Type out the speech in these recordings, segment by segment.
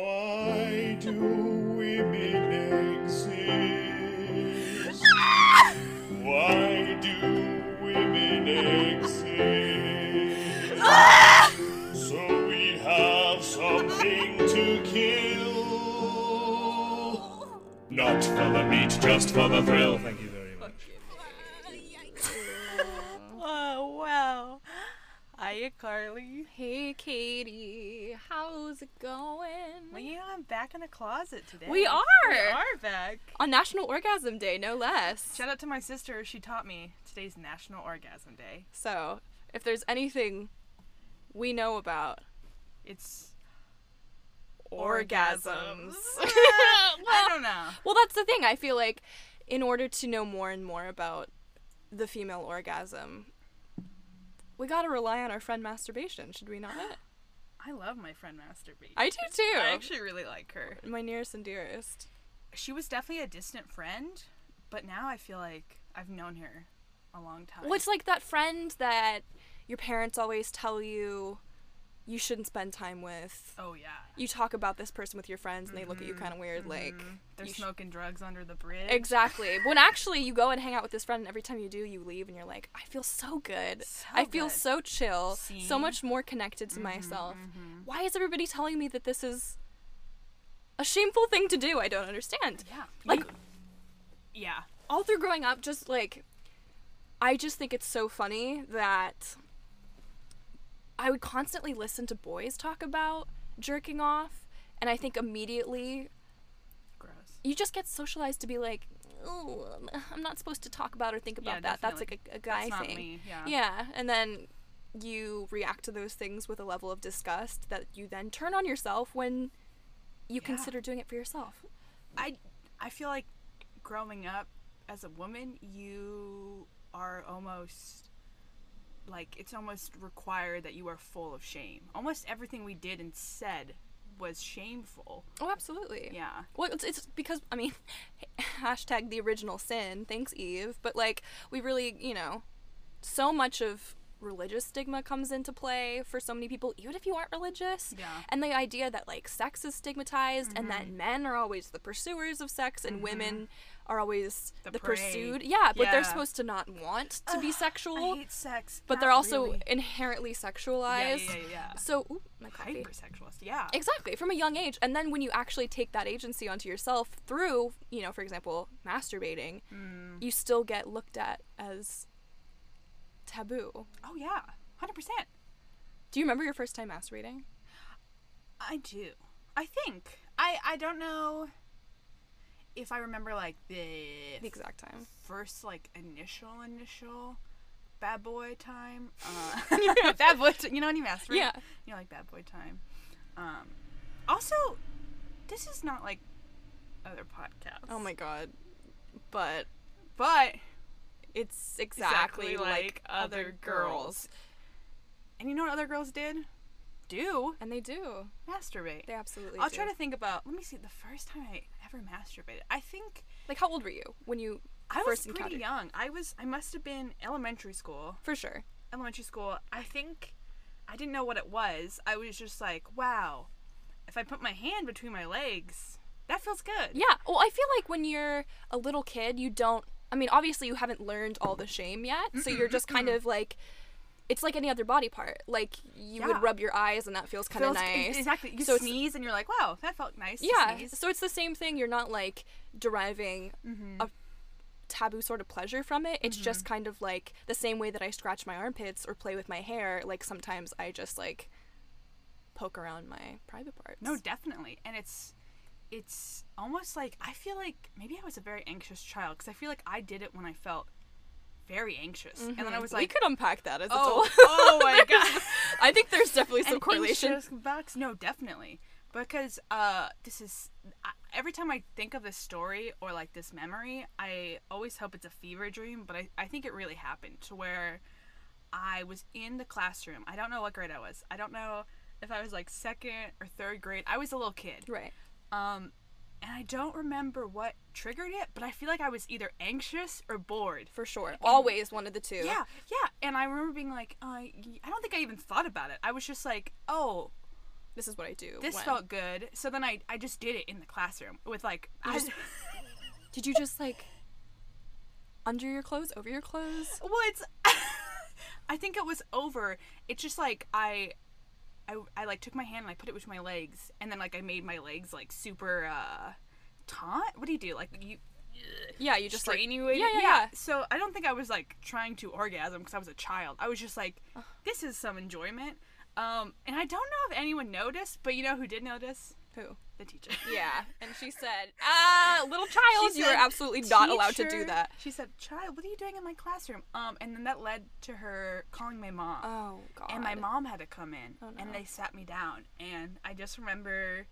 Why do women exist? Why do women exist? So we have something to kill. Not for the meat, just for the thrill. Thank you very much. Oh, wow. Hiya, Carly. Hey, Katie, how's it going? Well, you know, I'm back in the closet today. We are! We are back. On National Orgasm Day, no less. Shout out to my sister. She taught me today's National Orgasm Day. So, if there's anything we know about It's. orgasms. I don't know. well, that's the thing. I feel like in order to know more and more about the female orgasm, we gotta rely on our friend masturbation, should we not? I love my friend Masturbate. I do too. I actually really like her. My nearest and dearest. She was definitely a distant friend, but now I feel like I've known her a long time. Well, it's like that friend that your parents always tell you you shouldn't spend time with. Oh, yeah. you talk about this person with your friends and they look at you kind of weird like Mm-hmm. They're you sh- smoking drugs under the bridge. exactly when actually you go and hang out with this friend and every time you do you leave and you're like i feel so good So i feel good. so chill See? Mm-hmm, so much more connected to myself why is everybody telling me that this is a shameful thing to do i don't understand Yeah. like You- yeah. all through growing up, just like I just think it's so funny that I would constantly listen to boys talk about jerking off, and I think immediately Gross. you just get socialized to be like, oh, I'm not supposed to talk about or think about Yeah, that. That's definitely. like a, a guy That's not thing. me, yeah. and then you react to those things with a level of disgust that you then turn on yourself when you consider doing it for yourself. I I feel like growing up as a woman, you are almost like it's almost required that you are full of shame. Almost everything we did and said was shameful. Oh, absolutely. Yeah. Well, it's, it's because I mean, hashtag the original sin. Thanks, Eve. But like, we really, you know, so much of religious stigma comes into play for so many people, even if you aren't religious. Yeah. Mm-hmm. And the idea that like sex is stigmatized and that men are always the pursuers of sex and women are always The the, prey. pursued. Yeah, but Yeah. they're supposed to not want to be sexual, I hate sex. but Not they're also really. inherently yeah, sexualized. yeah, yeah, yeah. So, ooh, my coffee. hypersexualist. Yeah. Exactly, from a young age. And then when you actually take that agency onto yourself through, you know, for example, masturbating, Mm. you still get looked at as taboo. Oh yeah. 100%. Do you remember your first time masturbating? I do. I think. I I don't know if I remember like the The exact time. first like initial initial bad boy time. Uh, bad boy. T- you know when you masturbate. Yeah. You know like bad boy time. Um, also, this is not like other podcasts. Oh my god. But But it's exactly, exactly, like, like, other, girls. And you know what other girls did? Do And they do. masturbate. They absolutely I'll do. try to think about. Let me see. The first time I ever masturbated, I think Like how old were you when you I first was pretty encountered? young. I was. I must have been elementary school. For sure. elementary school, I think I didn't know what it was. I was just like, wow, if I put my hand between my legs, that feels good. Yeah. Well, I feel like when you're a little kid, you don't. I mean, obviously, you haven't learned all the shame yet, so you're just kind of like. It's like any other body part. Like you Yeah. would rub your eyes, and that feels kind of Feels- e- nice. Exactly. You so it's- sneeze and you're like, wow, that felt nice. to yeah. sneeze." So it's the same thing. You're not like deriving Mm-hmm. a taboo sort of pleasure from it. It's just kind of like the same way that I scratch my armpits or play with my hair. Like sometimes I just like poke around my private parts. No, definitely. And it's it's almost like I feel like maybe I was a very anxious child because I feel like I did it when I felt very anxious, and then I was Mm-hmm. we like, could unpack that as oh, a whole. oh my god. I think there's definitely some An correlation. anxious box? No, definitely. Because uh, this is I, every time I think of this story or like this memory, I always hope it's a fever dream, but I, I think it really happened to where I was in the classroom. I don't know what grade I was. I don't know if I was like second or third grade. I was a little kid. Right. Um, and I don't remember what triggered it, but I feel like I was either anxious or bored. For sure. Always one of the two. Yeah, yeah. And I remember being like, uh, y- I don't think I even thought about it. I was just like, oh, this is what I do. This when- felt good. So then I, I just did it in the classroom with like I just- Did you just like under your clothes, over your clothes? well, it's I think it was over. It's just like I, I I like took my hand and I put it between my legs and then like I made my legs like super uh taut. What do you do? Like you Yeah, you just like strain you in- yeah, yeah, yeah. So I don't think I was like trying to orgasm because I was a child. I was just like, this is some enjoyment. Um, and I don't know if anyone noticed, but you know who did notice? who? The teacher. Yeah, and she said, "Ah, little child, She you are said, absolutely not allowed to do "Teacher," that." She said, "Child, what are you doing in my classroom?" Um, and then that led to her calling my mom. Oh god. and my mom had to come in, Oh, and no. they sat me down, and I just remember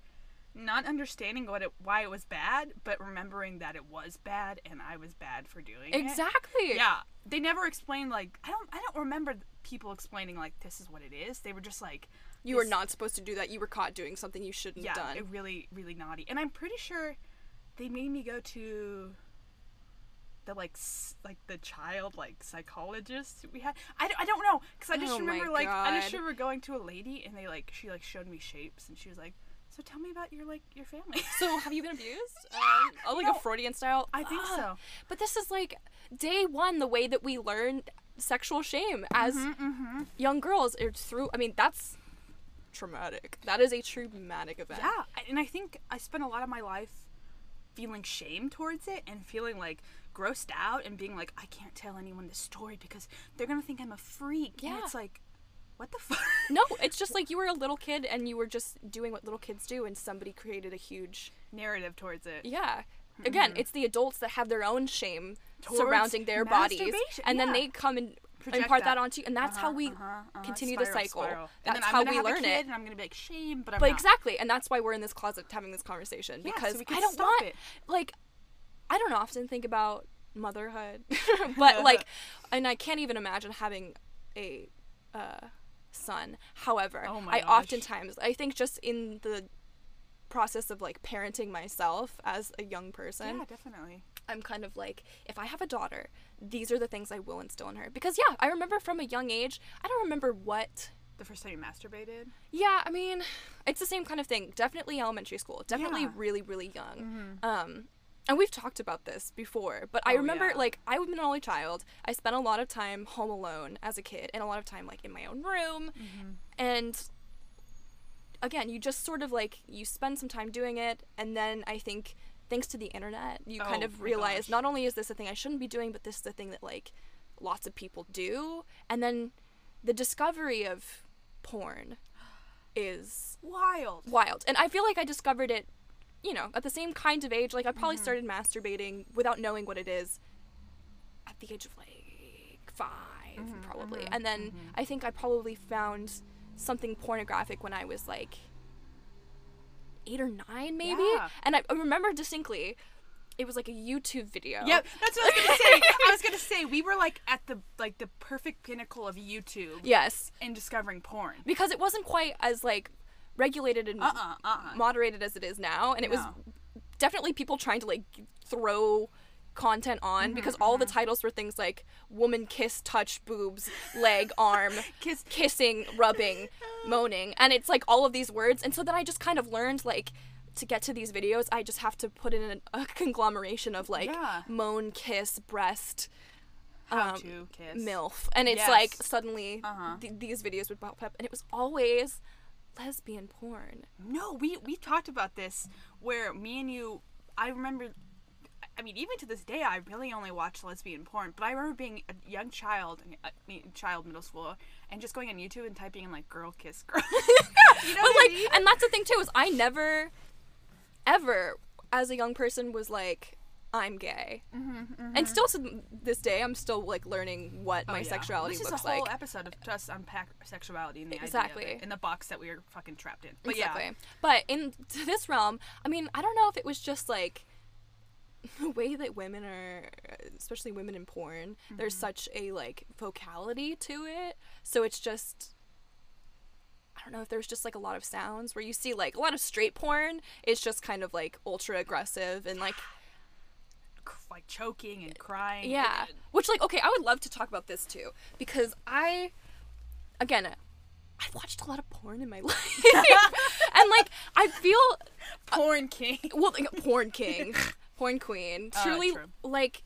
not understanding what it why it was bad, but remembering that it was bad, and I was bad for doing it. Exactly. Yeah, they never explained like I don't I don't remember people explaining like this is what it is. They were just like You were this- not supposed to do that. You were caught doing something you shouldn't yeah, have done. it really really naughty. And I'm pretty sure they made me go to the like s- like the child like psychologist we had. I don't, I don't know because I just Oh my remember like I just God. remember going to a lady and they like she like showed me shapes and she was like, so tell me about your like your family. So have you been abused? Um, oh, like No. a Freudian style. I think Ah. so. But this is like day one, the way that we learn sexual shame as Mm-hmm, young girls is through. I mean, that's traumatic. That is a traumatic event. Yeah, I- and I think I spent a lot of my life feeling shame towards it and feeling like grossed out and being like, I can't tell anyone this story because they're gonna think I'm a freak. Yeah. and it's like, what the fuck? No, it's just like you were a little kid and you were just doing what little kids do, and somebody created a huge. narrative towards it. Yeah. Again, it's the adults that have their own shame Mm-hmm. Towards surrounding their bodies, masturbation, and then yeah. they come and Project impart that. that. onto you, and that's how we Uh-huh, uh-huh, continue the spiral, cycle. spiral. That's and then how I'm gonna we have a learn kid it. And I'm gonna be like, shame, but I'm But not. exactly, and that's why we're in this closet having this conversation Yeah, so because we can I don't stop want it. like I don't often think about motherhood, but like, and I can't even imagine having a uh, son. However, Oh my I gosh. oftentimes I think just in the process of like parenting myself as a young person, Yeah, definitely. I'm kind of like, if I have a daughter, these are the things I will instill in her. Because yeah, I remember from a young age, I don't remember what The first time you masturbated. yeah, I mean, it's the same kind of thing. Definitely elementary school. Definitely Yeah. Mm-hmm. really, really young. Um, and we've talked about this before, but I Oh, remember yeah. like I was an only child. I spent a lot of time home alone as a kid, and a lot of time like in my own room. Mm-hmm. And again, you just sort of like you spend some time doing it, and then I think thanks to the internet, you kind Oh of my realize gosh. not only is this a thing I shouldn't be doing, but this is a thing that like lots of people do, and then the discovery of porn is Wild. wild. And I feel like I discovered it, you know, at the same kind of age. Like I probably Mm-hmm. started masturbating without knowing what it is at the age of like 5 Mm-hmm, probably. And then I think I probably found something pornographic when I was like eight or nine, maybe. Yeah. And I I remember distinctly, it was like a YouTube video. Yep, that's what I was gonna say. I was gonna say we were like at the like the perfect pinnacle of YouTube Yes. and discovering porn. because it wasn't quite as like regulated and Uh-uh, uh-uh. moderated as it is now and it was No. definitely people trying to like throw content on Mm-hmm, because all the titles were things like woman kiss touch boobs leg arm Kiss- kissing rubbing moaning and it's like all of these words and so then i just kind of learned like to get to these videos i just have to put in an, a conglomeration of like Yeah. moan kiss breast How um, to kiss. MILF. And it's Yes. like suddenly Uh-huh. th- these videos would pop up, and it was always lesbian porn. No, we we talked about this where me and you. I remember. I mean, even to this day, I really only watch lesbian porn. But I remember being a young child, I mean, child middle school, and just going on YouTube and typing in like "girl kiss girl." you know But what like, I mean? and that's the thing too is I never, ever, as a young person, was like, I'm gay. Mm-hmm, And still to this day, I'm still like learning what my Oh, Yeah. sexuality This is looks a whole like. episode of us unpack sexuality and the Exactly. idea of it, and the box that we were fucking trapped in. But exactly. yeah, But in to this realm, I mean, I don't know if it was just like the way that women are, especially women in porn, Mm-hmm. there's such a like vocality to it. So it's just. I don't know if there's just like a lot of sounds where you see like a lot of straight porn is just kind of like ultra aggressive and like c- like choking and crying. yeah. Which, like, okay, I would love to talk about this too because I, again, I've watched a lot of porn in my life, and like I feel Porn king. well, like, porn king, porn queen. Uh, Truly, true. like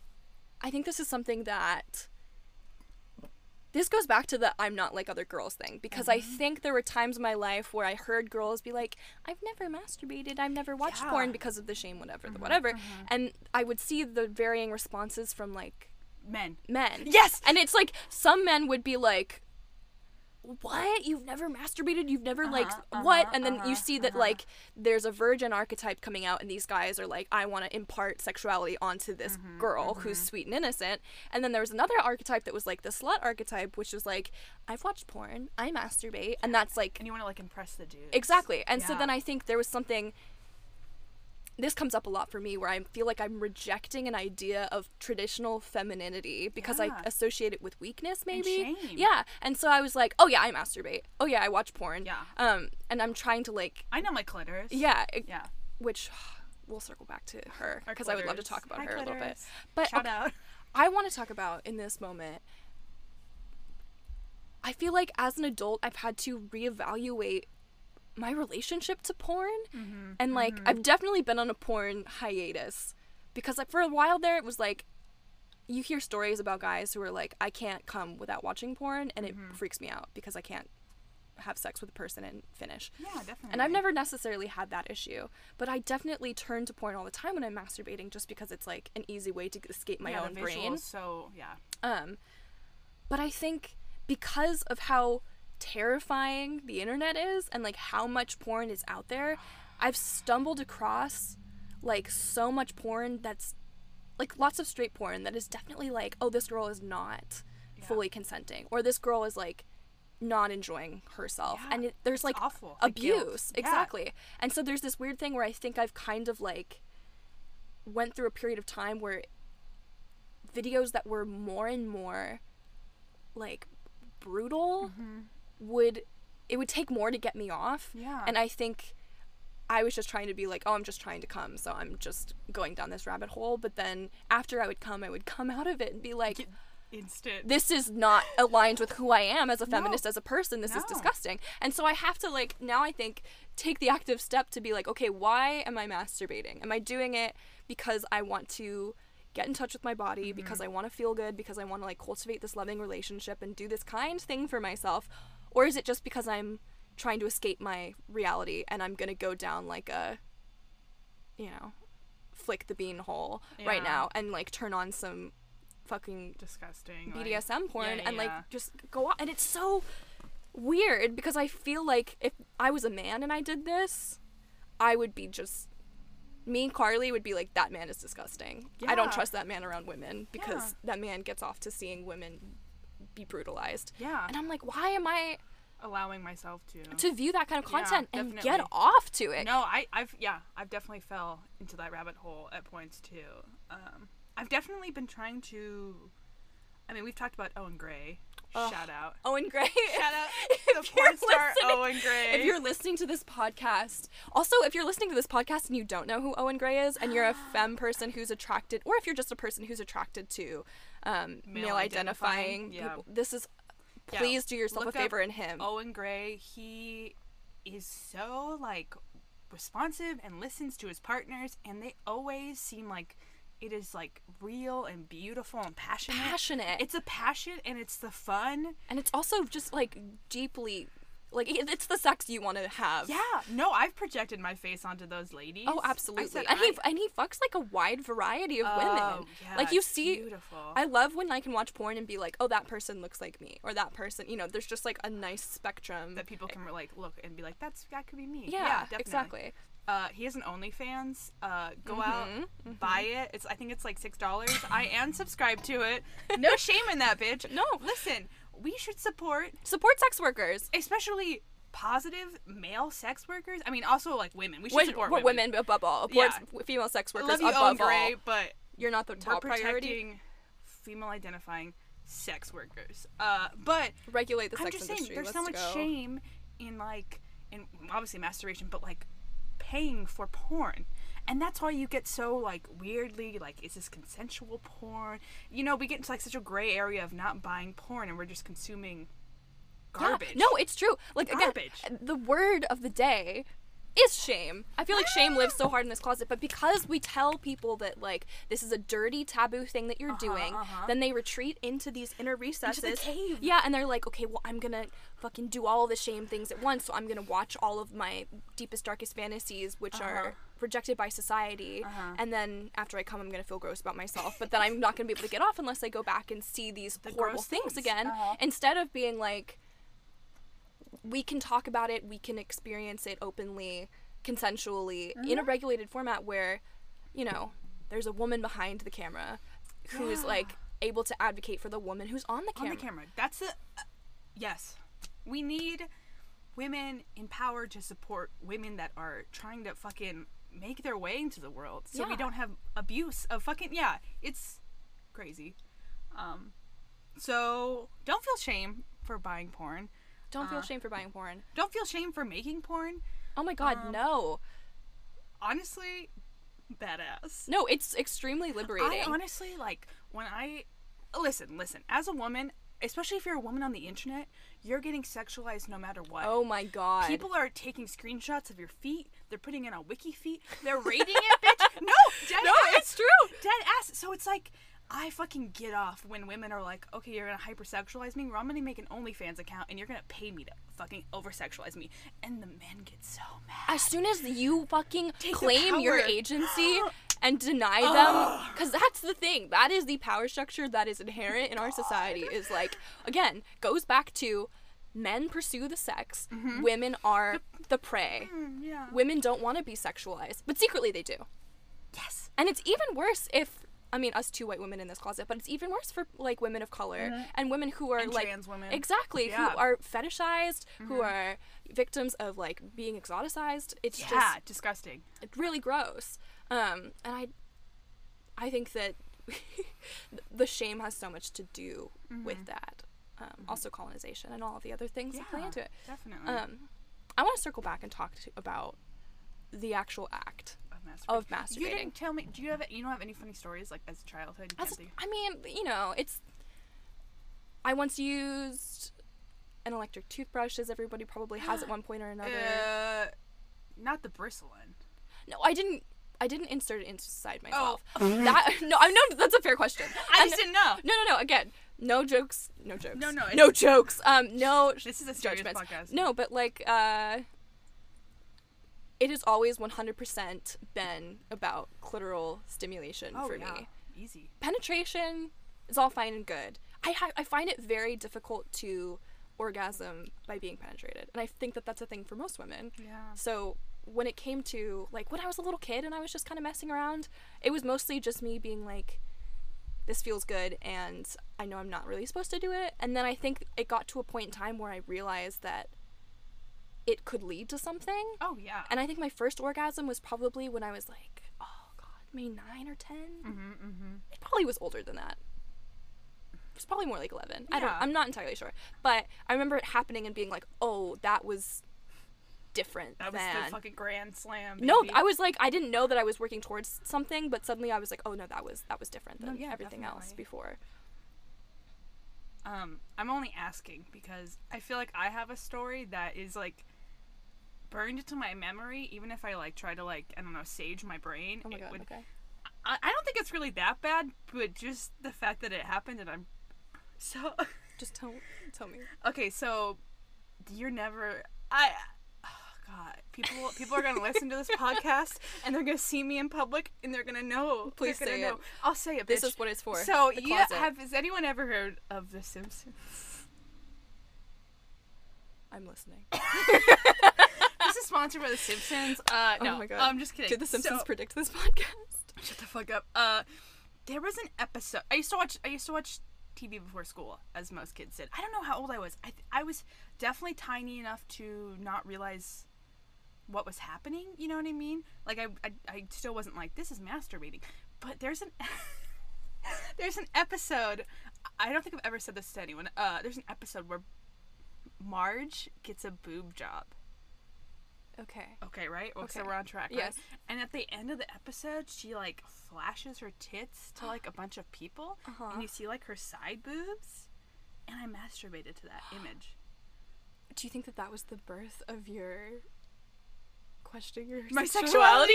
I think this is something that this goes back to the I'm not like other girls thing because I Mm-hmm. think there were times in my life where I heard girls be like, I've never masturbated, I've never watched Yeah. Mm-hmm. porn because of the shame, whatever, the whatever, and I would see the varying responses from like Men. men. Yes! And it's like some men would be like, "What? You've never masturbated? You've never like Uh-huh, what?" uh-huh, And then you see that like there's a virgin archetype coming out and these guys are like, "I want to impart sexuality onto this Mm-hmm, girl who's sweet and innocent." And then there was another archetype that was like the slut archetype, which was like, "I've watched porn, I masturbate." And that's like And you want to like impress the dude. Exactly. And so Yeah. then I think there was something this comes up a lot for me where I feel like I'm rejecting an idea of traditional femininity because Yeah. I associate it with weakness maybe. shame. Yeah. And so I was like, "Oh yeah, I masturbate. Oh yeah, I watch porn." Yeah. Um and I'm trying to like I know my clitoris. yeah, it- Yeah. which we'll circle back to her Our because I would love to clitoris. talk about Hi, her a little bit. clitoris. But Shout okay, out. I want to talk about in this moment. I feel like as an adult, I've had to reevaluate my relationship to porn, Mm-hmm. and like I've definitely been on a porn hiatus because like for a while there, it was like you hear stories about guys who are like, I can't come without watching porn, and Mm-hmm. it freaks me out because I can't have sex with a person and finish. Yeah, definitely. And I've never necessarily had that issue, but I definitely turn to porn all the time when I'm masturbating just because it's like an easy way to escape my yeah, own the brain. visuals, So yeah. Um, but I think because of how terrifying the internet is and like how much porn is out there, I've stumbled across like so much porn that's like lots of straight porn that is definitely like, oh, this girl is not fully consenting, or this girl is like not enjoying herself, Yeah, and it, there's like awful, the guilt. abuse Yeah. exactly. And so there's this weird thing where I think I've kind of like went through a period of time where videos that were more and more like brutal would it would take more to get me off. Yeah. And I think I was just trying to be like, oh, I'm just trying to come, so I'm just going down this rabbit hole. But then after I would come, I would come out of it and be like, Instant. this is not aligned with who I am as a feminist, as a person. This is No. disgusting. And so I have to, like, now I think take the active step to be like, okay, why am I masturbating? Am I doing it because I want to get in touch with my body, Mm-hmm. because I want to feel good, because I want to, like, cultivate this loving relationship and do this kind thing for myself? Or is it just because I'm trying to escape my reality and I'm going to go down, like, a, you know, flick the bean hole Yeah. right now and, like, turn on some fucking Disgusting. like- BDSM porn yeah, and like yeah. just go on. And it's so weird because I feel like if I was a man and I did this, I would be just me and Carly would be like, that man is disgusting. I Yeah. don't trust that man around women because Yeah. that man gets off to seeing women be brutalized. Yeah. And I'm like, why am I allowing myself to. to view that kind of Yeah, content and get definitely. off to it? No, I, I've yeah, I've definitely fell into that rabbit hole at points too. Um, I've definitely been trying to. I mean, we've talked about Owen Gray. Shout out. Owen Gray. Shout out If the you're porn star listening- Owen Gray. If you're listening to this podcast, also if you're listening to this podcast and you don't know who Owen Gray is, and you're a femme person who's attracted, or if you're just a person who's attracted to um, Male male identifying identifying, yeah. people, this is Yeah. please do yourself Look a up Oh. favor in him. Owen Gray, he is so like responsive and listens to his partners, and they always seem like it is like real and beautiful and passionate. Passionate. It's a passion, and it's the fun. and it's also just like deeply, like it- it's the sex you want to have. Yeah. No, I've projected my face onto those ladies. Oh, I absolutely. said, and he I- and he fucks like a wide variety of Oh, women. yeah, like you it's see beautiful. I love when I can watch porn and be like, "Oh, that person looks like me," or "That person," you know, there's just like a nice spectrum. that people can like look and be like, "That's that could be me." yeah, definitely. exactly. Uh, he has an OnlyFans. Uh, go Mm-hmm, out, buy it. It's I think it's like six dollars. I am subscribed to it. No shame in that, bitch. No. listen, we should support, Support sex workers. especially positive male sex workers. I mean, also like women. We should Wait, support we're women. women above all. Support Yeah. s- female sex I workers love you, above Owen Gray, all. but You're not the top we're priority. protecting female identifying sex workers. Uh, but Regulate the I'm sex just industry. saying, there's Let's so much go. shame in like, in obviously masturbation, but like paying for porn, and that's why you get so like weirdly like, is this consensual porn? You know, we get into like such a gray area of not buying porn, and we're just consuming Yeah, garbage. No, it's true. Like Garbage. again, the word of the day is shame. I feel like shame lives Ah. so hard in this closet, but because we tell people that like this is a dirty taboo thing that Uh-huh, you're doing, then they retreat into these inner recesses. cave. Yeah, and they're like, okay, well, I'm gonna fucking do all the shame things at once. So I'm gonna watch all of my deepest, darkest fantasies, which Uh-huh. are rejected by society. And then after I come, I'm gonna feel gross about myself. But then I'm not gonna be able to get off unless I go back and see these horrible gross things, things. again. Instead of being like, we can talk about it, we can experience it openly, consensually, in a regulated format where, you know, there's a woman behind the camera who's Yeah. like able to advocate for the woman who's on the on camera. the camera. That's the uh, yes. We need women in power to support women that are trying to fucking make their way into the world, so we Yeah. don't have abuse of fucking yeah. It's crazy. Um, so don't feel shame for buying porn. Don't feel shame for buying porn. Don't feel shame for making porn. Oh my god, no. Honestly, badass. No, it's extremely liberating. I honestly like when I listen, listen. As a woman, especially if you're a woman on the internet, you're getting sexualized no matter what. oh my god. People are taking screenshots of your feet. They're putting it on Wiki Feet. They're rating it, bitch. No, dead no, ass. it's true. dead ass. So it's like I fucking get off when women are like, okay, you're gonna hypersexualize me. Well, I'm gonna make an OnlyFans account, and you're gonna pay me to fucking oversexualize me. And the men get so mad. As soon as you fucking Take the claim your power. agency and deny them, because that's the thing. That is the power structure that is inherent in our society. Is like, again, goes back to men pursue the sex, Mm-hmm. women are the prey. Mm, yeah. Women don't want to be sexualized, but secretly they do. Yes. And it's even worse if I mean us two white women in this closet, but it's even worse for like women of color and women who are Mm-hmm. And like trans women. exactly Yeah. Mm-hmm. who are fetishized, who are victims of like being exoticized. It's Yeah. disgusting. just really gross. Um, and I, I think that the shame has so much to do Mm-hmm. with that. Um, Also colonization and all of the other things that play Yeah, into it. Definitely. Um, I want to circle back and talk to, about the actual act of masturbating. of You masturbating. didn't tell me. Do you have you don't have any funny stories like as a childhood? You That's- can't I mean, you know, it's. I once used an electric toothbrush, as everybody probably has at one point or another. think. Uh, not the bristle one. No, I didn't. I didn't insert it inside myself. That no, I know that's a fair question. Oh. I And- just didn't know. No, no, no. Again, no jokes. No jokes. No, no, No it's- jokes. Um, no. sh- This is a serious judgments. podcast. No, but like, uh, it has always one hundred percent been about clitoral stimulation Oh for yeah. me. Easy. penetration is all fine and good. I ha- I find it very difficult to orgasm by being penetrated, and I think that that's a thing for most women. Yeah. So when it came to like when I was a little kid and I was just kind of messing around, it was mostly just me being like, "This feels good," and I know I'm not really supposed to do it. And then I think it got to a point in time where I realized that it could lead to something. Oh yeah. And I think my first orgasm was probably when I was like, oh god, maybe nine or 10 Mm. Mm-hmm, It probably was older than that. It's probably more like eleven. I don't. Yeah. I'm not entirely sure, but I remember it happening and being like, oh, that was different that was than. the fucking grand slam. no, baby. I was like, I didn't know that I was working towards something, but suddenly I was like, oh no, that was that was different than yeah, everything else definitely. before. Um, I'm only asking because I feel like I have a story that is like burned into my memory. Even if I like try to like I don't know sage my brain, Oh my it god. would- okay. I, I don't think it's really that bad, but just the fact that it happened and I'm so. Just tell tell me. Okay, so you're never I oh god. People people are gonna listen to this podcast and they're gonna see me in public and they're gonna know. Please they're say gonna it. know. I'll say it. This bitch. is what it's for. So the you closet. have has anyone ever heard of The Simpsons? I'm listening. this is sponsored by The Simpsons. Uh no, oh my god. I'm just kidding. Did the Simpsons So- predict this podcast? shut the fuck up. Uh, there was an episode. I used to watch. I used to watch TV before school, as most kids did. I don't know how old I was. I th- I was definitely tiny enough to not realize what was happening. You know what I mean? Like I I, I still wasn't like this is masturbating. But there's an there's an episode. I don't think I've ever said this to anyone. Uh, there's an episode where Marge gets a boob job. Okay. Okay, right? Well, So Okay. we're on track. Right? Yes. And at the end of the episode, she like flashes her tits to like a bunch of people, Uh-huh. and you see like her side boobs, and I masturbated to that image. do you think that that was the birth of your questioning your My sexuality? sexuality?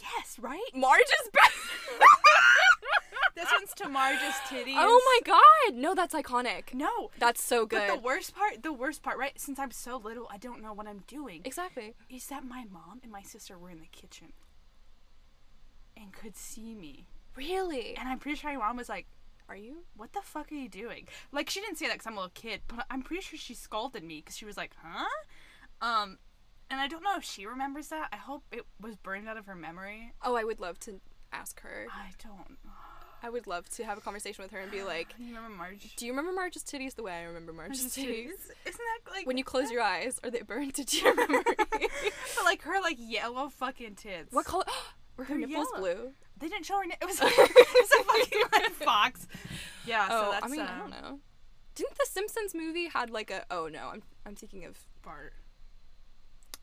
Yes, right? Marge is back. This one's to Marge's titties. oh my god! No, that's iconic. No. That's so good. But the worst part, the worst part, right? Since I'm so little, I don't know what I'm doing. exactly. is that my mom and my sister were in the kitchen and could see me. Really? And I'm pretty sure my mom was like, Are you? What the fuck are you doing? Like, she didn't say that because I'm a little kid, but I'm pretty sure she scolded me because she was like, Huh? Um, and I don't know if she remembers that. I hope it was burned out of her memory. Oh, I would love to ask her. I don't. I would love to have a conversation with her and be like, You remember Marge? Do you remember Marge's titties the way I remember Marge's Marge's titties? Isn't that like When you close your eyes, are they burned into your memory? but like her like yellow fucking tits? what color? Were her They're nipples yellow. blue? They didn't show her. Na- it was it was a fucking like fox. Yeah. so oh, that's, I mean, I um, don't know. Didn't the Simpsons movie had like a? Oh no, I'm I'm thinking of. Bart.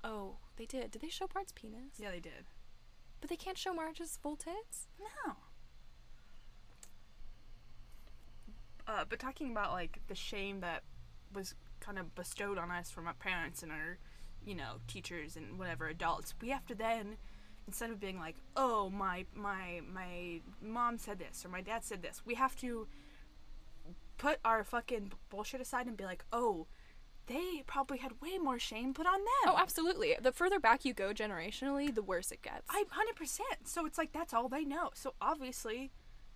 Oh, they did. Did they show Bart's penis? Yeah, they did. But they can't show Marge's full tits. No. Uh, but talking about like the shame that was kind of bestowed on us from our parents and our, you know, teachers and whatever adults, we have to then, instead of being like, oh my my my mom said this or my dad said this, we have to put our fucking bullshit aside and be like, oh, they probably had way more shame put on them. Oh, absolutely. The further back you go generationally, the worse it gets. I hundred percent. So it's like that's all they know. So obviously,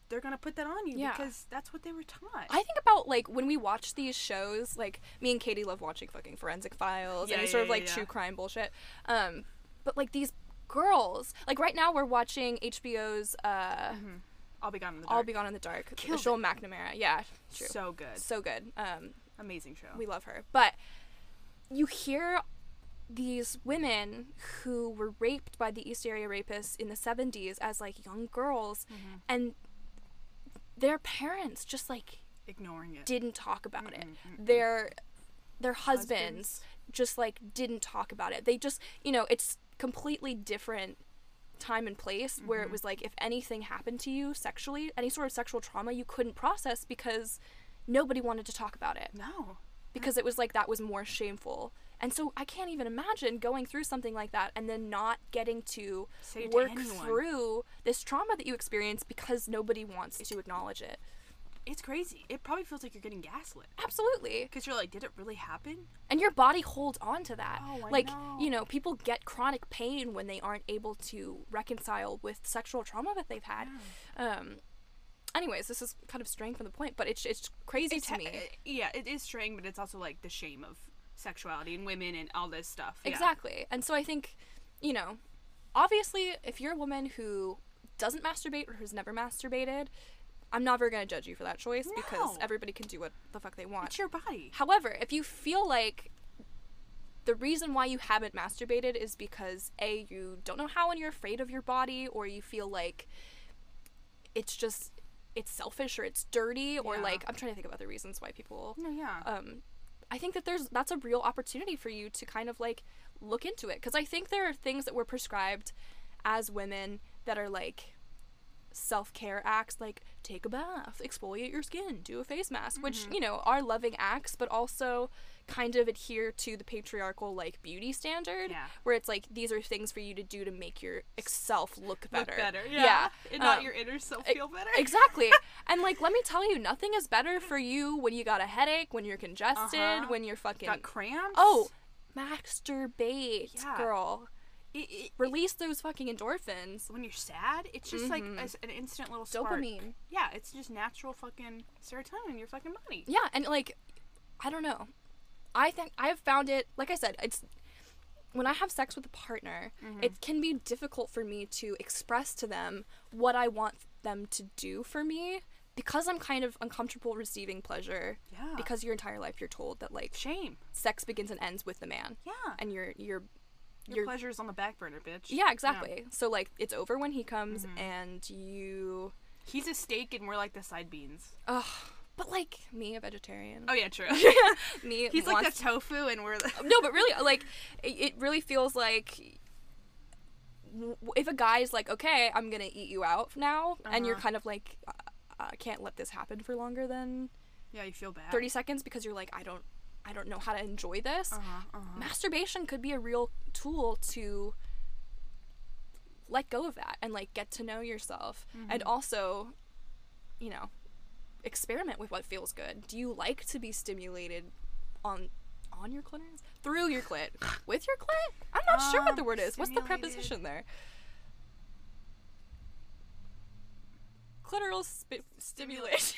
they're gonna put that on you Yeah. because that's what they were taught. I think about like when we watch these shows, like me and Katie love watching fucking forensic files, Yeah, any yeah, sort of yeah, like yeah. true crime bullshit. Um, but like these girls, like right now we're watching HBO's uh, I'll be gone in the Mm-hmm. dark. All Be Gone in the Dark, Killed Joel McNamara. Yeah, true. So, so good, Oh. good. Um, amazing show. we love her, but you hear these women who were raped by the East Area Rapists in the '70s as like young girls, Mm-hmm. and their parents just like Ignoring it. didn't talk about it. Their their husbands, just like didn't talk about it. They just, you know, it's completely different time and place where Mm-hmm. it was like if anything happened to you sexually, any sort of sexual trauma you couldn't process because nobody wanted to talk about it no. because it was like that was more shameful. And so I can't even imagine going through something like that and then not getting to Say it to work anyone. through this trauma that you experience because nobody wants to acknowledge it. It's crazy. It probably feels like you're getting gaslit Absolutely. because you're like, did it really happen? and your body holds on to that Oh, I like you know. know people get chronic pain when they aren't able to reconcile with sexual trauma that they've had um anyways this is kind of straying from the point but it's it's crazy to Te- me uh, yeah, it is strange, but it's also like the shame of sexuality and women and all this stuff. Yeah. exactly and so i think you know obviously if you're a woman who doesn't masturbate or who's never masturbated i'm never going to judge you for that choice because No. everybody can do what the fuck they want It's your body. However, if you feel like the reason why you haven't masturbated is because A, you don't know how and you're afraid of your body, or you feel like it's just it's selfish or it's dirty, or Yeah. like I'm trying to think of other reasons why people No, yeah. um I think that there's that's a real opportunity for you to kind of like look into it because I think there are things that we're prescribed as women that are like self-care acts like take a bath, exfoliate your skin, do a face mask, Mm-hmm. which you know are loving acts but also kind of adhere to the patriarchal like beauty standard Yeah. where it's like these are things for you to do to make yourself look better. Look better. Yeah. yeah. And not Um, your inner self e- feel better. Exactly. and like, let me tell you, nothing is better for you when you got a headache, when you're congested, Uh-huh. when you're fucking. Got cramps. oh, masturbate, Yeah. girl. It- it- Release those fucking endorphins. when you're sad, it's just like a s an instant little spark. Mm-hmm. Dopamine. Yeah, it's just natural fucking serotonin in your fucking body. Yeah, and like, I don't know. I think I have found it. Like I said, it's when I have sex with a partner, Mm-hmm. it can be difficult for me to express to them what I want them to do for me because I'm kind of uncomfortable receiving pleasure. Yeah. Because your entire life you're told that like Shame. sex begins and ends with the man. Yeah. And you're you're Your, you're- pleasure is on the back burner, bitch. yeah, exactly. So like it's over when he comes Mm-hmm. and you He's a steak and we're like the side beans. Ugh. But like me, a vegetarian. Oh yeah, true. me He's like wants- the tofu and we're the No, but really like it, it really feels like w- if a guy's like, "Okay, I'm going to eat you out now." And Uh-huh. you're kind of like uh, I uh, can't let this happen for longer than Yeah, you feel bad. 30 seconds because you're like, "I don't I don't know how to enjoy this. Uh-huh. Masturbation could be a real tool to let go of that and like get to know yourself Mm-hmm. and also you know experiment with what feels good. Do you like to be stimulated on on your clitoris? Through your clit? With your clit? I'm not sure what the Um, word is. What's the stimulated. preposition there? Clitoral spi- stimulation.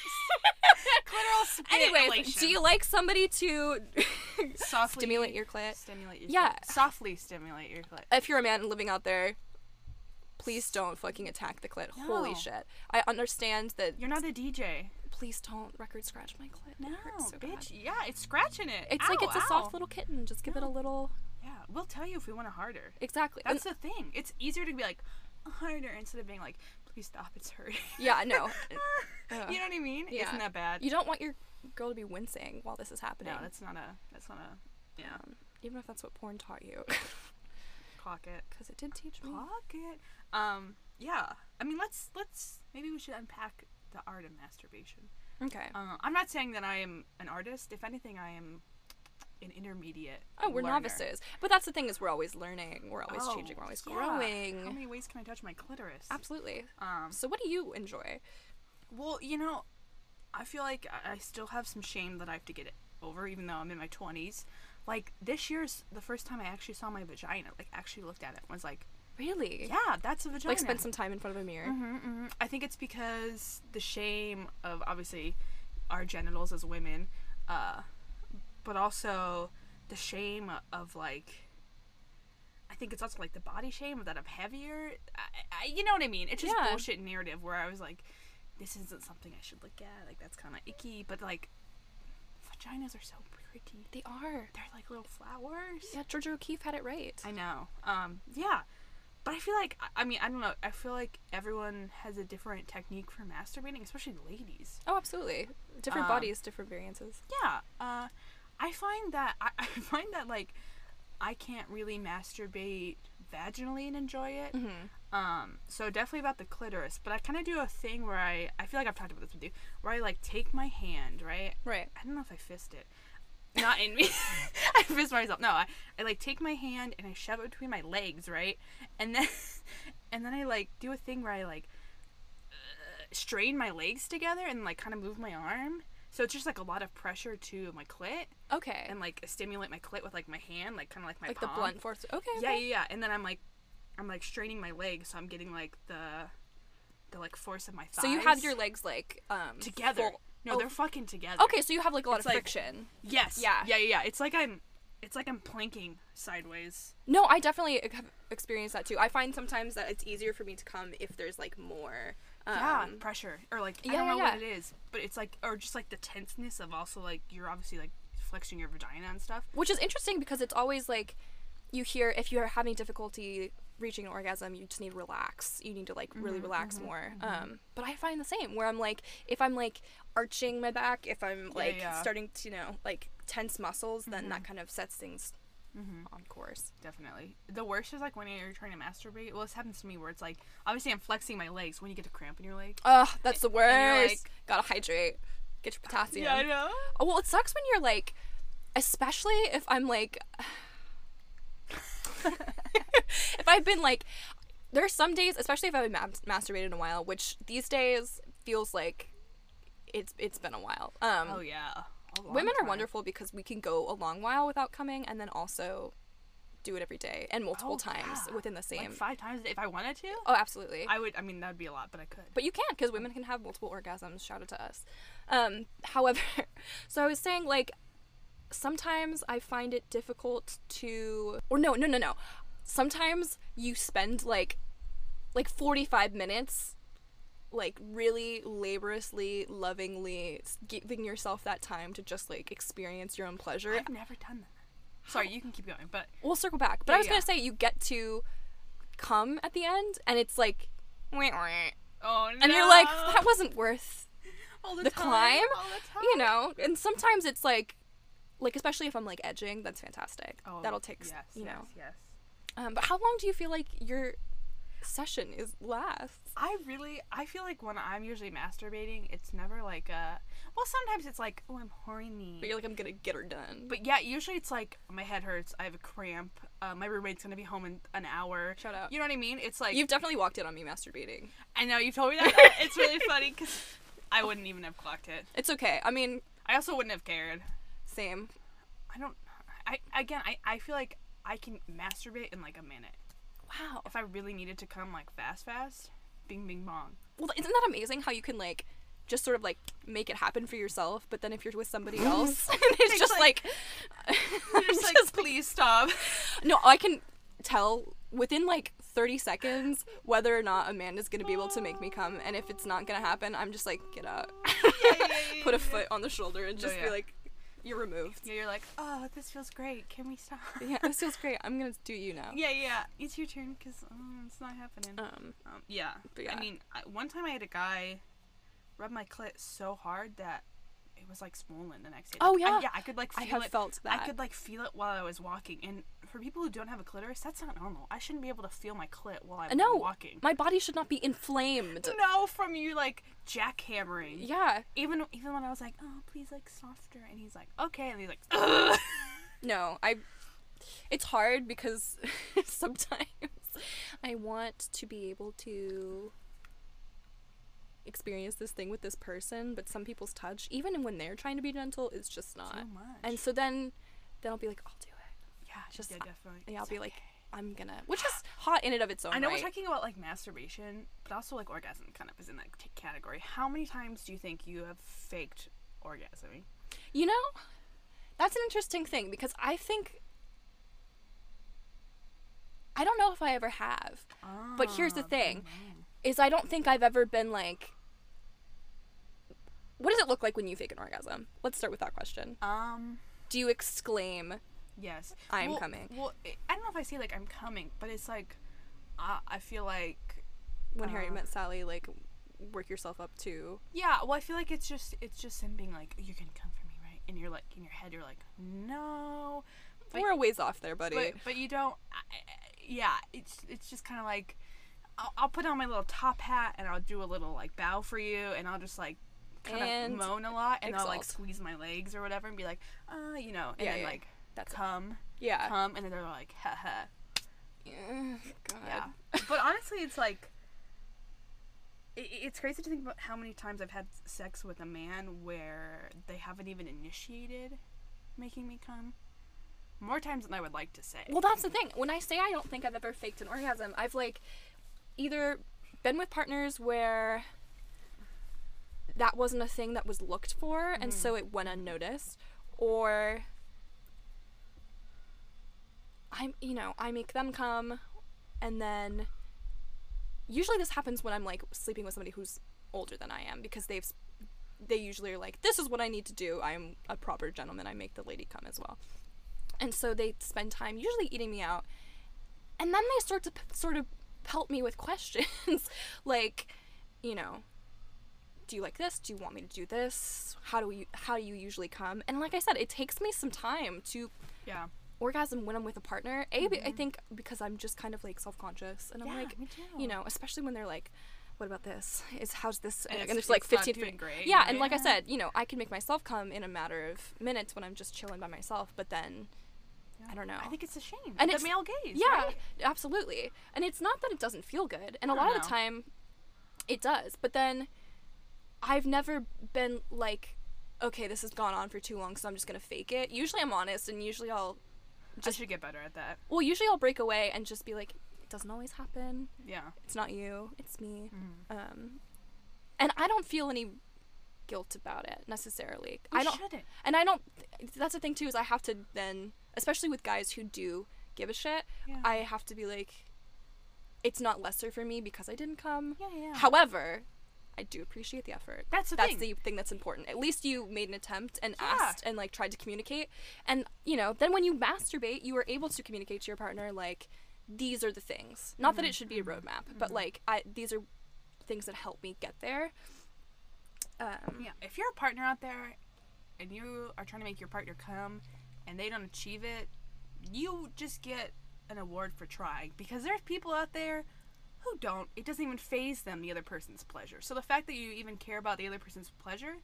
Clitoral spit anyway, elation. do you like somebody to softly stimulate your clit? Stimulate your Yeah. clit. Softly stimulate your clit. If you're a man living out there, please don't fucking attack the clit. Holy No. shit. I understand that. You're not a DJ. please don't record scratch my clit. No, it hurts so bad. bitch. Yeah, it's scratching it. It's like Ow, it's a soft ow. little kitten. Just give it a little. Yeah, we'll tell you if we want a harder. Exactly. And- That's the thing. It's easier to be like harder instead of being like, please stop, it's hurting. yeah, no. you know what I mean? yeah. Isn't that bad? You don't want your girl to be wincing while this is happening. no, that's not a. That's not a. um, Yeah, Even if that's what porn taught you. clock it. Because it did teach me. Clock it. Um. Yeah. I mean, let's let's maybe we should unpack the art of masturbation. Okay. Uh, I'm not saying that I am an artist. If anything, I am an intermediate. Oh, we're learner. novices. But that's the thing is we're always learning. We're always Oh, changing. We're always yeah. growing. How many ways can I touch my clitoris? Absolutely. Um, So what do you enjoy? Well, you know, I feel like I- I still have some shame that I have to get it over, even though I'm in my 20s. Like, this year's the first time I actually saw my vagina, like, actually looked at it and was like, Really? yeah, that's a vagina. Like spend some time in front of a mirror. Mm, I think it's because the shame of obviously our genitals as women, uh, but also the shame of like. I think it's also like the body shame that I'm heavier. I, I, you know what I mean? It's just Yeah. bullshit narrative where I was like, this isn't something I should look at. Like that's kind of icky. But like, vaginas are so pretty. They are. They're like little flowers. Yeah, Georgia O'Keeffe had it right. I know. Um, yeah. But I feel like I- I mean, I don't know. I feel like everyone has a different technique for masturbating, especially ladies. oh, absolutely. Different Um, bodies, different variances. Yeah. Uh, I find that I, I find that like I can't really masturbate vaginally and enjoy it. Um, so definitely about the clitoris, but I kind of do a thing where I I feel like I've talked about this with you, where I like take my hand, right? Right. I don't know if I fist it. Not in me. I fist myself. No, I, I like take my hand and I shove it between my legs, right? And then and then I like do a thing where I like uh, strain my legs together and like kind of move my arm. So it's just like a lot of pressure to my clit Okay. and like stimulate my clit with like my hand, like kind of like my like palm. the blunt force. Okay. Yeah, okay. yeah, yeah. And then I'm like I'm like straining my legs, so I'm getting like the the like force of my thighs. So you have your legs like um together. full- No, oh, they're fucking together. Okay, so you have like a lot It's of like- friction. Yes. Yeah. Yeah, yeah, yeah. It's like I'm it's like I'm planking sideways. No, I definitely e-, have experienced that too. I find sometimes that it's easier for me to come if there's like more. Um, yeah, pressure or like I yeah, don't know yeah, what it yeah. is, but it's like or just like the tenseness of also like you're obviously like flexing your vagina and stuff. Which is interesting because it's always like you hear if you are having difficulty reaching an orgasm, you just need to relax. You need to like really relax more. Um, but I find the same where I'm like, if I'm like arching my back, if I'm like yeah. starting to, you know, like tense muscles, then that kind of sets things on course. Definitely, the worst is like when you're trying to masturbate. Well, this happens to me where it's like obviously I'm flexing my legs when you get a cramp in your leg. Ugh, that's the you're like- worst. Gotta hydrate. Get your potassium. know. Oh, well, it sucks when you're like, especially if I'm like, if I've been like, there's some days, especially if I haven't mas- masturbated in a while, which these days feels like it's it's been a while. Um, Oh yeah. A long women are time. wonderful because we can go a long while without coming, and then also do it every day and multiple Oh, times yeah. within the same. Like five times a day. if I wanted to. oh, absolutely. I would. I mean, that'd be a lot, but I could. But you can because women can have multiple orgasms. Shout out to us. Um, however, so I was saying like sometimes I find it difficult to or no no no no. Sometimes you spend like like 45 minutes like really laboriously lovingly s- giving yourself that time to just like experience your own pleasure I've never done that. Sorry, you can keep going, but we'll circle back. But I Yeah, was yeah. gonna say you get to come at the end and it's like and oh no. you're like that wasn't worth all the, the time, climb, all the time. you know and sometimes it's like like especially if i'm like edging that's fantastic Oh, that'll take s- yes, you yes, know Yes. um, but how long do you feel like you're session is lasts. I really, I feel like when I'm usually masturbating, it's never like a. Well, sometimes it's like, oh, I'm horny. But you're like, I'm gonna get her done. But yeah, usually it's like my head hurts, I have a cramp, uh, my roommate's gonna be home in an hour. Shut up. You know what I mean? It's like you've definitely walked in on me masturbating. I know you told me that. it's really funny because I wouldn't even have clocked it. It's okay. I mean, I also wouldn't have cared. same. I don't. I again, I I feel like I can masturbate in like a minute Wow. if I really needed to come like fast, fast. Bing, bing, bong. Well, isn't that amazing how you can like just sort of like make it happen for yourself, but then if you're with somebody else, it's just like, like- You're I'm just like, just- please stop. no, I can tell within like 30 seconds whether or not Amanda's gonna be able to make me come, and if it's not gonna happen, I'm just like get up, yeah, put a yeah. Oh, foot on the shoulder, and just yeah. be like, you're removed. Yeah, you're like, oh, this feels great. Can we stop? Yeah, this feels great. I'm gonna do you now. yeah, yeah. It's your turn because it's not happening. Um, Um, yeah. But yeah. I mean, I, one time I had a guy rub my clit so hard that it was like swollen the next day. Oh, Like, I, yeah. yeah, I could like I feel have it. felt that. I could like feel it while I was walking. And for people who don't have a clitoris, that's not normal. I shouldn't be able to feel my clit while I'm no, walking. my body should not be inflamed. no, from you like jackhammering. Yeah, Even even when I was like, oh, please like softer, and he's like, okay, and he's like, Ugh. no, I. It's hard because sometimes I want to be able to experience this thing with this person, but some people's touch, even when they're trying to be gentle, is just not. too much. And so then, then I'll be like, I'll do it. yeah, just- yeah, definitely. And I'll It's be like, I'm gonna, which is hot in and of its own. I know Oh, right? we're talking about like masturbation, but also like orgasm kind of is in that c- category. How many times do you think you have faked orgasming? You know, that's an interesting thing because I think I don't know if I ever have. But here's the thing is I don't think I've ever been like What does it look like when you fake an orgasm? Let's start with that question. Um, Do you exclaim yes, I'm Well- coming. Well, I- I don't know if I say like I'm coming, but it's like uh, I feel like when Harry Uh. met Sally like work yourself up to yeah. Well, I feel like it's just it's just him being like you're gonna come for me, right? And you're like in your head you're like no, But- We're a ways off there, buddy. but but you don't. I, I- yeah, it's it's just kind of like I'll, I'll put on my little top hat and I'll do a little like bow for you and I'll just like kind And of moan a lot and I'll like exalt. squeeze my legs or whatever and be like, uh, you know, and Yeah, then yeah, like that's it. come, yeah. come, and then they're like, ha ha, Ugh, God. yeah. but honestly, it's like. i- i- It's crazy to think about how many times I've had sex with a man where they haven't even initiated making me come. More times than I would like to say. Well, that's the thing. When I say I don't think I've ever faked an orgasm, I've like either been with partners where that wasn't a thing that was looked for and so it went unnoticed or I'm, you know, I make them come and then usually this happens when I'm like sleeping with somebody who's older than I am because they've s- they usually are like this is what I need to do. I'm a proper gentleman. I make the lady come as well. And so they spend time usually eating me out. And then they start to p- sort of pelt me with questions like, you know, do you like this? Do you want me to do this? How do you how do you usually come? And like I said, it takes me some time to yeah. orgasm when I'm with a partner. A, be- I think because I'm just kind of like self conscious, and I'm Mm-hmm. Yeah, like, me too. you know, especially when they're like, "What about this? Is how's this?" And, it's- there's like it's not 15 doing great, Yeah, and like I yeah. said, you know, I can make myself come in a matter of minutes when I'm just chilling by myself. But then, I don't know. I think it's a shame. And the it's- male gaze. yeah, right? Oh, absolutely. And it's not that it doesn't feel good, and a don't lot of the know. time, it does. But then, I've never been like, okay, this has gone on for too long, so I'm just gonna fake it. Usually, I'm honest, and usually I'll I should get better at that. well usually i'll break away and just be like it doesn't always happen Yeah. it's not you it's me um, and i don't feel any guilt about it necessarily i don't shouldn't. and i don't that's the thing too is i have to then especially with guys who do give a shit Yeah. i have to be like it's not lesser for me because i didn't come Yeah, yeah. however i do appreciate the effort That's the that's thing. the thing that's important at least you made an attempt and Yeah. asked and like tried to communicate and you know then when you masturbate you are able to communicate to your partner like these are the things not that it should be a roadmap but like i these are things that help me get there um Yeah. If you're a partner out there and you are trying to make your partner come and they don't achieve it, you just get an award for trying because there's people out there who don't, it doesn't even phase them the other person's pleasure. So the fact that you even care about the other person's pleasure,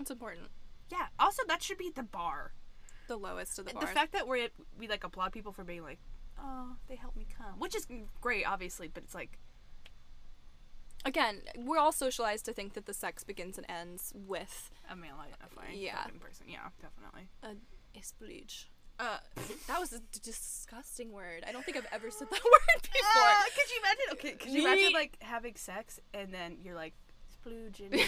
It's important. yeah. Also, that should be the bar. The lowest of the bar. The fact that we're we like applaud people for being like, oh, they helped me come, which is great, obviously, but it's like, Again, we're all socialized to think that the sex begins and ends with a male identifying Yeah. fucking person. Yeah, definitely. a esplage. Uh, That was a d- disgusting word. I don't think I've ever said that word before. Ah, could you imagine? Okay, could you Me- imagine like having sex and then you're like, splooge in me,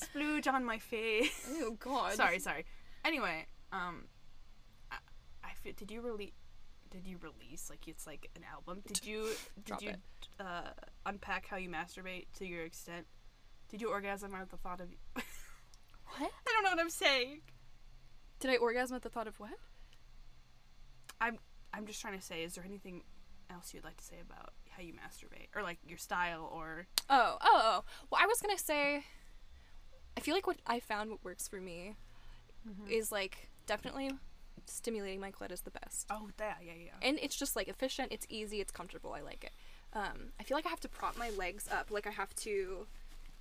splooge on my face. oh god. sorry, sorry. Anyway, um, I, I feel, did you release? Did you release like it's like an album? Did you did Drop you it. uh, unpack how you masturbate to your extent? Did you orgasm at the thought of? I What? don't know what I'm saying. Did I orgasm at the thought of what? I'm I'm just trying to say, is there anything else you'd like to say about how you masturbate or like your style or? Oh, oh, oh. Well, I was gonna say, I feel like what I found what works for me Mm-hmm. is like definitely stimulating my clit is the best, Oh, that yeah yeah. and it's just like efficient, it's easy, it's comfortable. I like it. Um, I feel like I have to prop my legs up, like I have to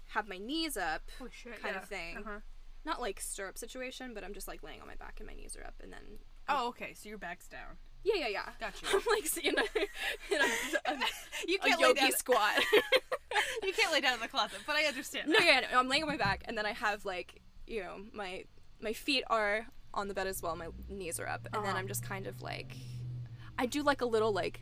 have my knees up, Oh, shit, kind yeah. of thing. Uh-huh. Not like stirrup situation, but I'm just like laying on my back and my knees are up, and then Oh, okay. So your back's down. yeah, yeah, yeah. Gotcha. I'm like in a, in a, a, you a can't lay down. yogi squat. you can't lay down in the closet, but I understand. No, yeah, no, I'm laying on my back, and then I have like, you know, my my feet are on the bed as well. My knees are up, and then Uh-huh. I'm just kind of like, I do like a little like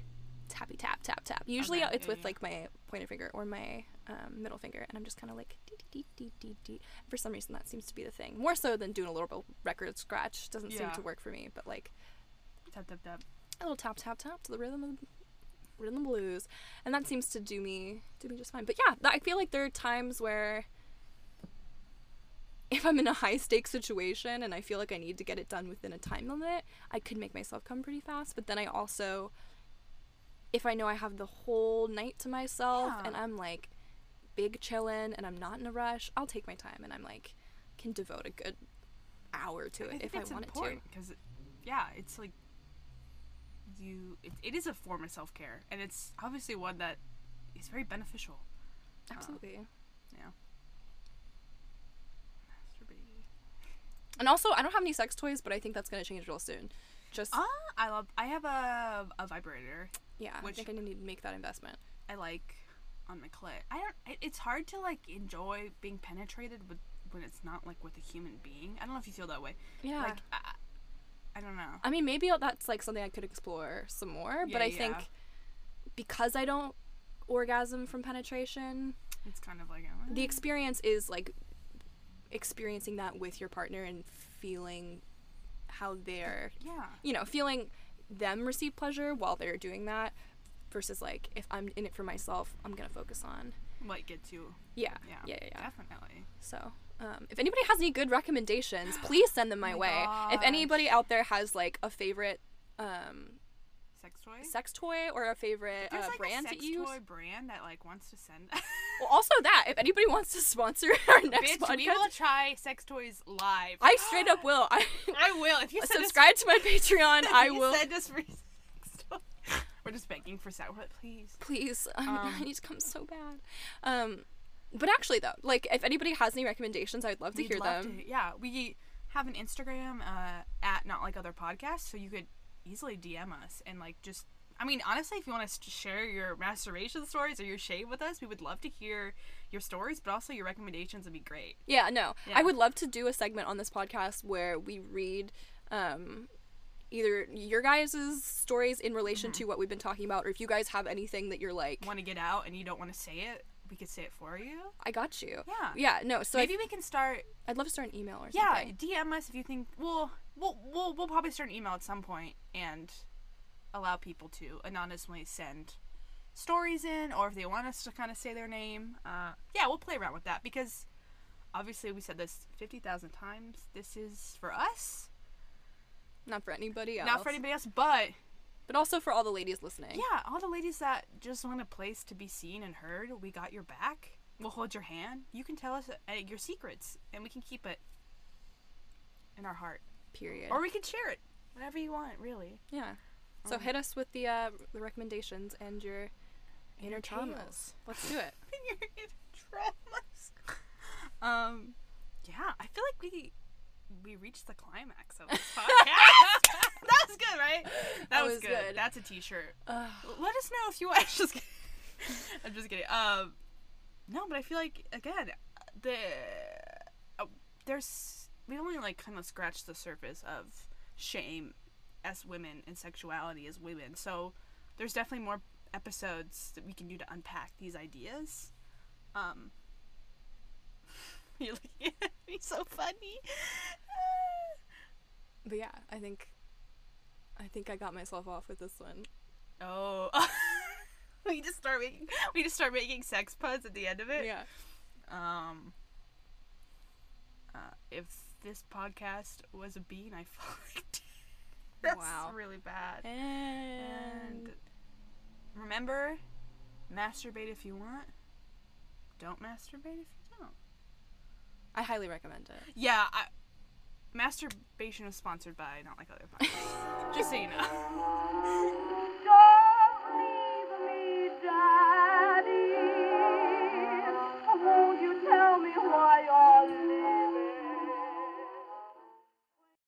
tappy tap tap tap. Usually Okay, it's yeah, with yeah. like my pointer finger or my um, middle finger, and I'm just kind of like, dee, dee, dee, dee, dee, dee. for some reason that seems to be the thing more so than doing a little bit record scratch. Doesn't seem Yeah. to work for me, but like Tap tap tap. a little tap tap tap to the rhythm of rhythm and blues and that seems to do me do me just fine but yeah th- i feel like there are times where if i'm in a high stakes situation and i feel like i need to get it done within a time limit i could make myself come pretty fast but then i also if i know i have the whole night to myself Yeah. and i'm like big chillin' and i'm not in a rush i'll take my time and i'm like can devote a good hour to it if i want it to because yeah, it's like you. It, it is a form of self care, and it's obviously one that is very beneficial. absolutely Yeah. Masturbating. And also, I don't have any sex toys, but I think that's gonna change real soon. Just Ah, I love. I have a a vibrator. yeah, which- I think I need to make that investment. I like on my clit. I don't. It, it's hard to like enjoy being penetrated with when it's not like with a human being. I don't know if you feel that way. Yeah. Like I, I don't know. I mean, maybe that's like something I could explore some more. Yeah, but I yeah. think because I don't orgasm from penetration, It's kind of like the experience is like experiencing that with your partner and feeling how they're yeah. you know, feeling them receive pleasure while they're doing that versus like if I'm in it for myself, I'm gonna focus on What gets you? yeah Yeah. yeah yeah, yeah. Definitely. So, um, if anybody has any good recommendations, please send them my, Oh my way. If gosh. anybody out there has like a favorite um, Sex toy. sex toy or a favorite There's uh, like brand a sex to use, toy brand that like wants to send. well, also that if anybody wants to sponsor our next Bitch, podcast, we will try sex toys live. I straight up will. I I will. If you send subscribe to my Patreon. Us, if I you will. Send us free sex toys. We're just begging for sex. We're like, please. please, um, I need to come so bad. Um, but actually though, like if anybody has any recommendations, I'd love to We'd hear love them. to- yeah, we have an Instagram uh, at not like other podcasts, so you could easily DM us and like just. I mean, honestly, if you want to s- share your masturbation stories or your shade with us, we would love to hear your stories, but also your recommendations would be great. Yeah, no. Yeah. I would love to do a segment on this podcast where we read um, either your guys' stories in Mm-hmm. relation to what we've been talking about, or if you guys have anything that you're like, Want to get out and you don't want to say it, we could say it for you. I got you. Yeah. Yeah, no. So Maybe I, we can start. I'd love to start an email or Yeah, something. DM us if you think. Well, we'll we'll we'll probably start an email at some point and allow people to anonymously send stories in, or if they want us to kind of say their name. Uh, yeah, we'll play around with that because obviously we said this fifty thousand times. This is for us, Not for anybody else. not for anybody else, but But also for all the ladies listening. yeah, all the ladies that just want a place to be seen and heard, we got your back. We'll hold your hand. You can tell us uh, your secrets, and we can keep it in our heart. Period. Or we can share it. Whatever you want, really. yeah. So hit us with the uh, the recommendations and your inner traumas. Let's do it. You're in traumas. Um, yeah, I feel like we we reached the climax of this podcast. that was good, right? That, was, was good. good. That's a T-shirt. Ugh. L- Let us know if you want. Just kidding. I'm just kidding. Um, no, but I feel like again, the uh, there's we only like kind of scratched the surface of shame as women and sexuality as women. So there's definitely more episodes that we can do to unpack these ideas. Um, you're looking at me so funny. But yeah, I think I think I got myself off with this one. Oh. we just start making we just start making sex puns at the end of it. Yeah. Um uh, if this podcast was a bean, I fucked. That's Wow. really bad. And And remember, masturbate if you want. Don't masturbate if you don't. I highly recommend it. Yeah, I, masturbation is sponsored by not like other podcasts. Just so you know.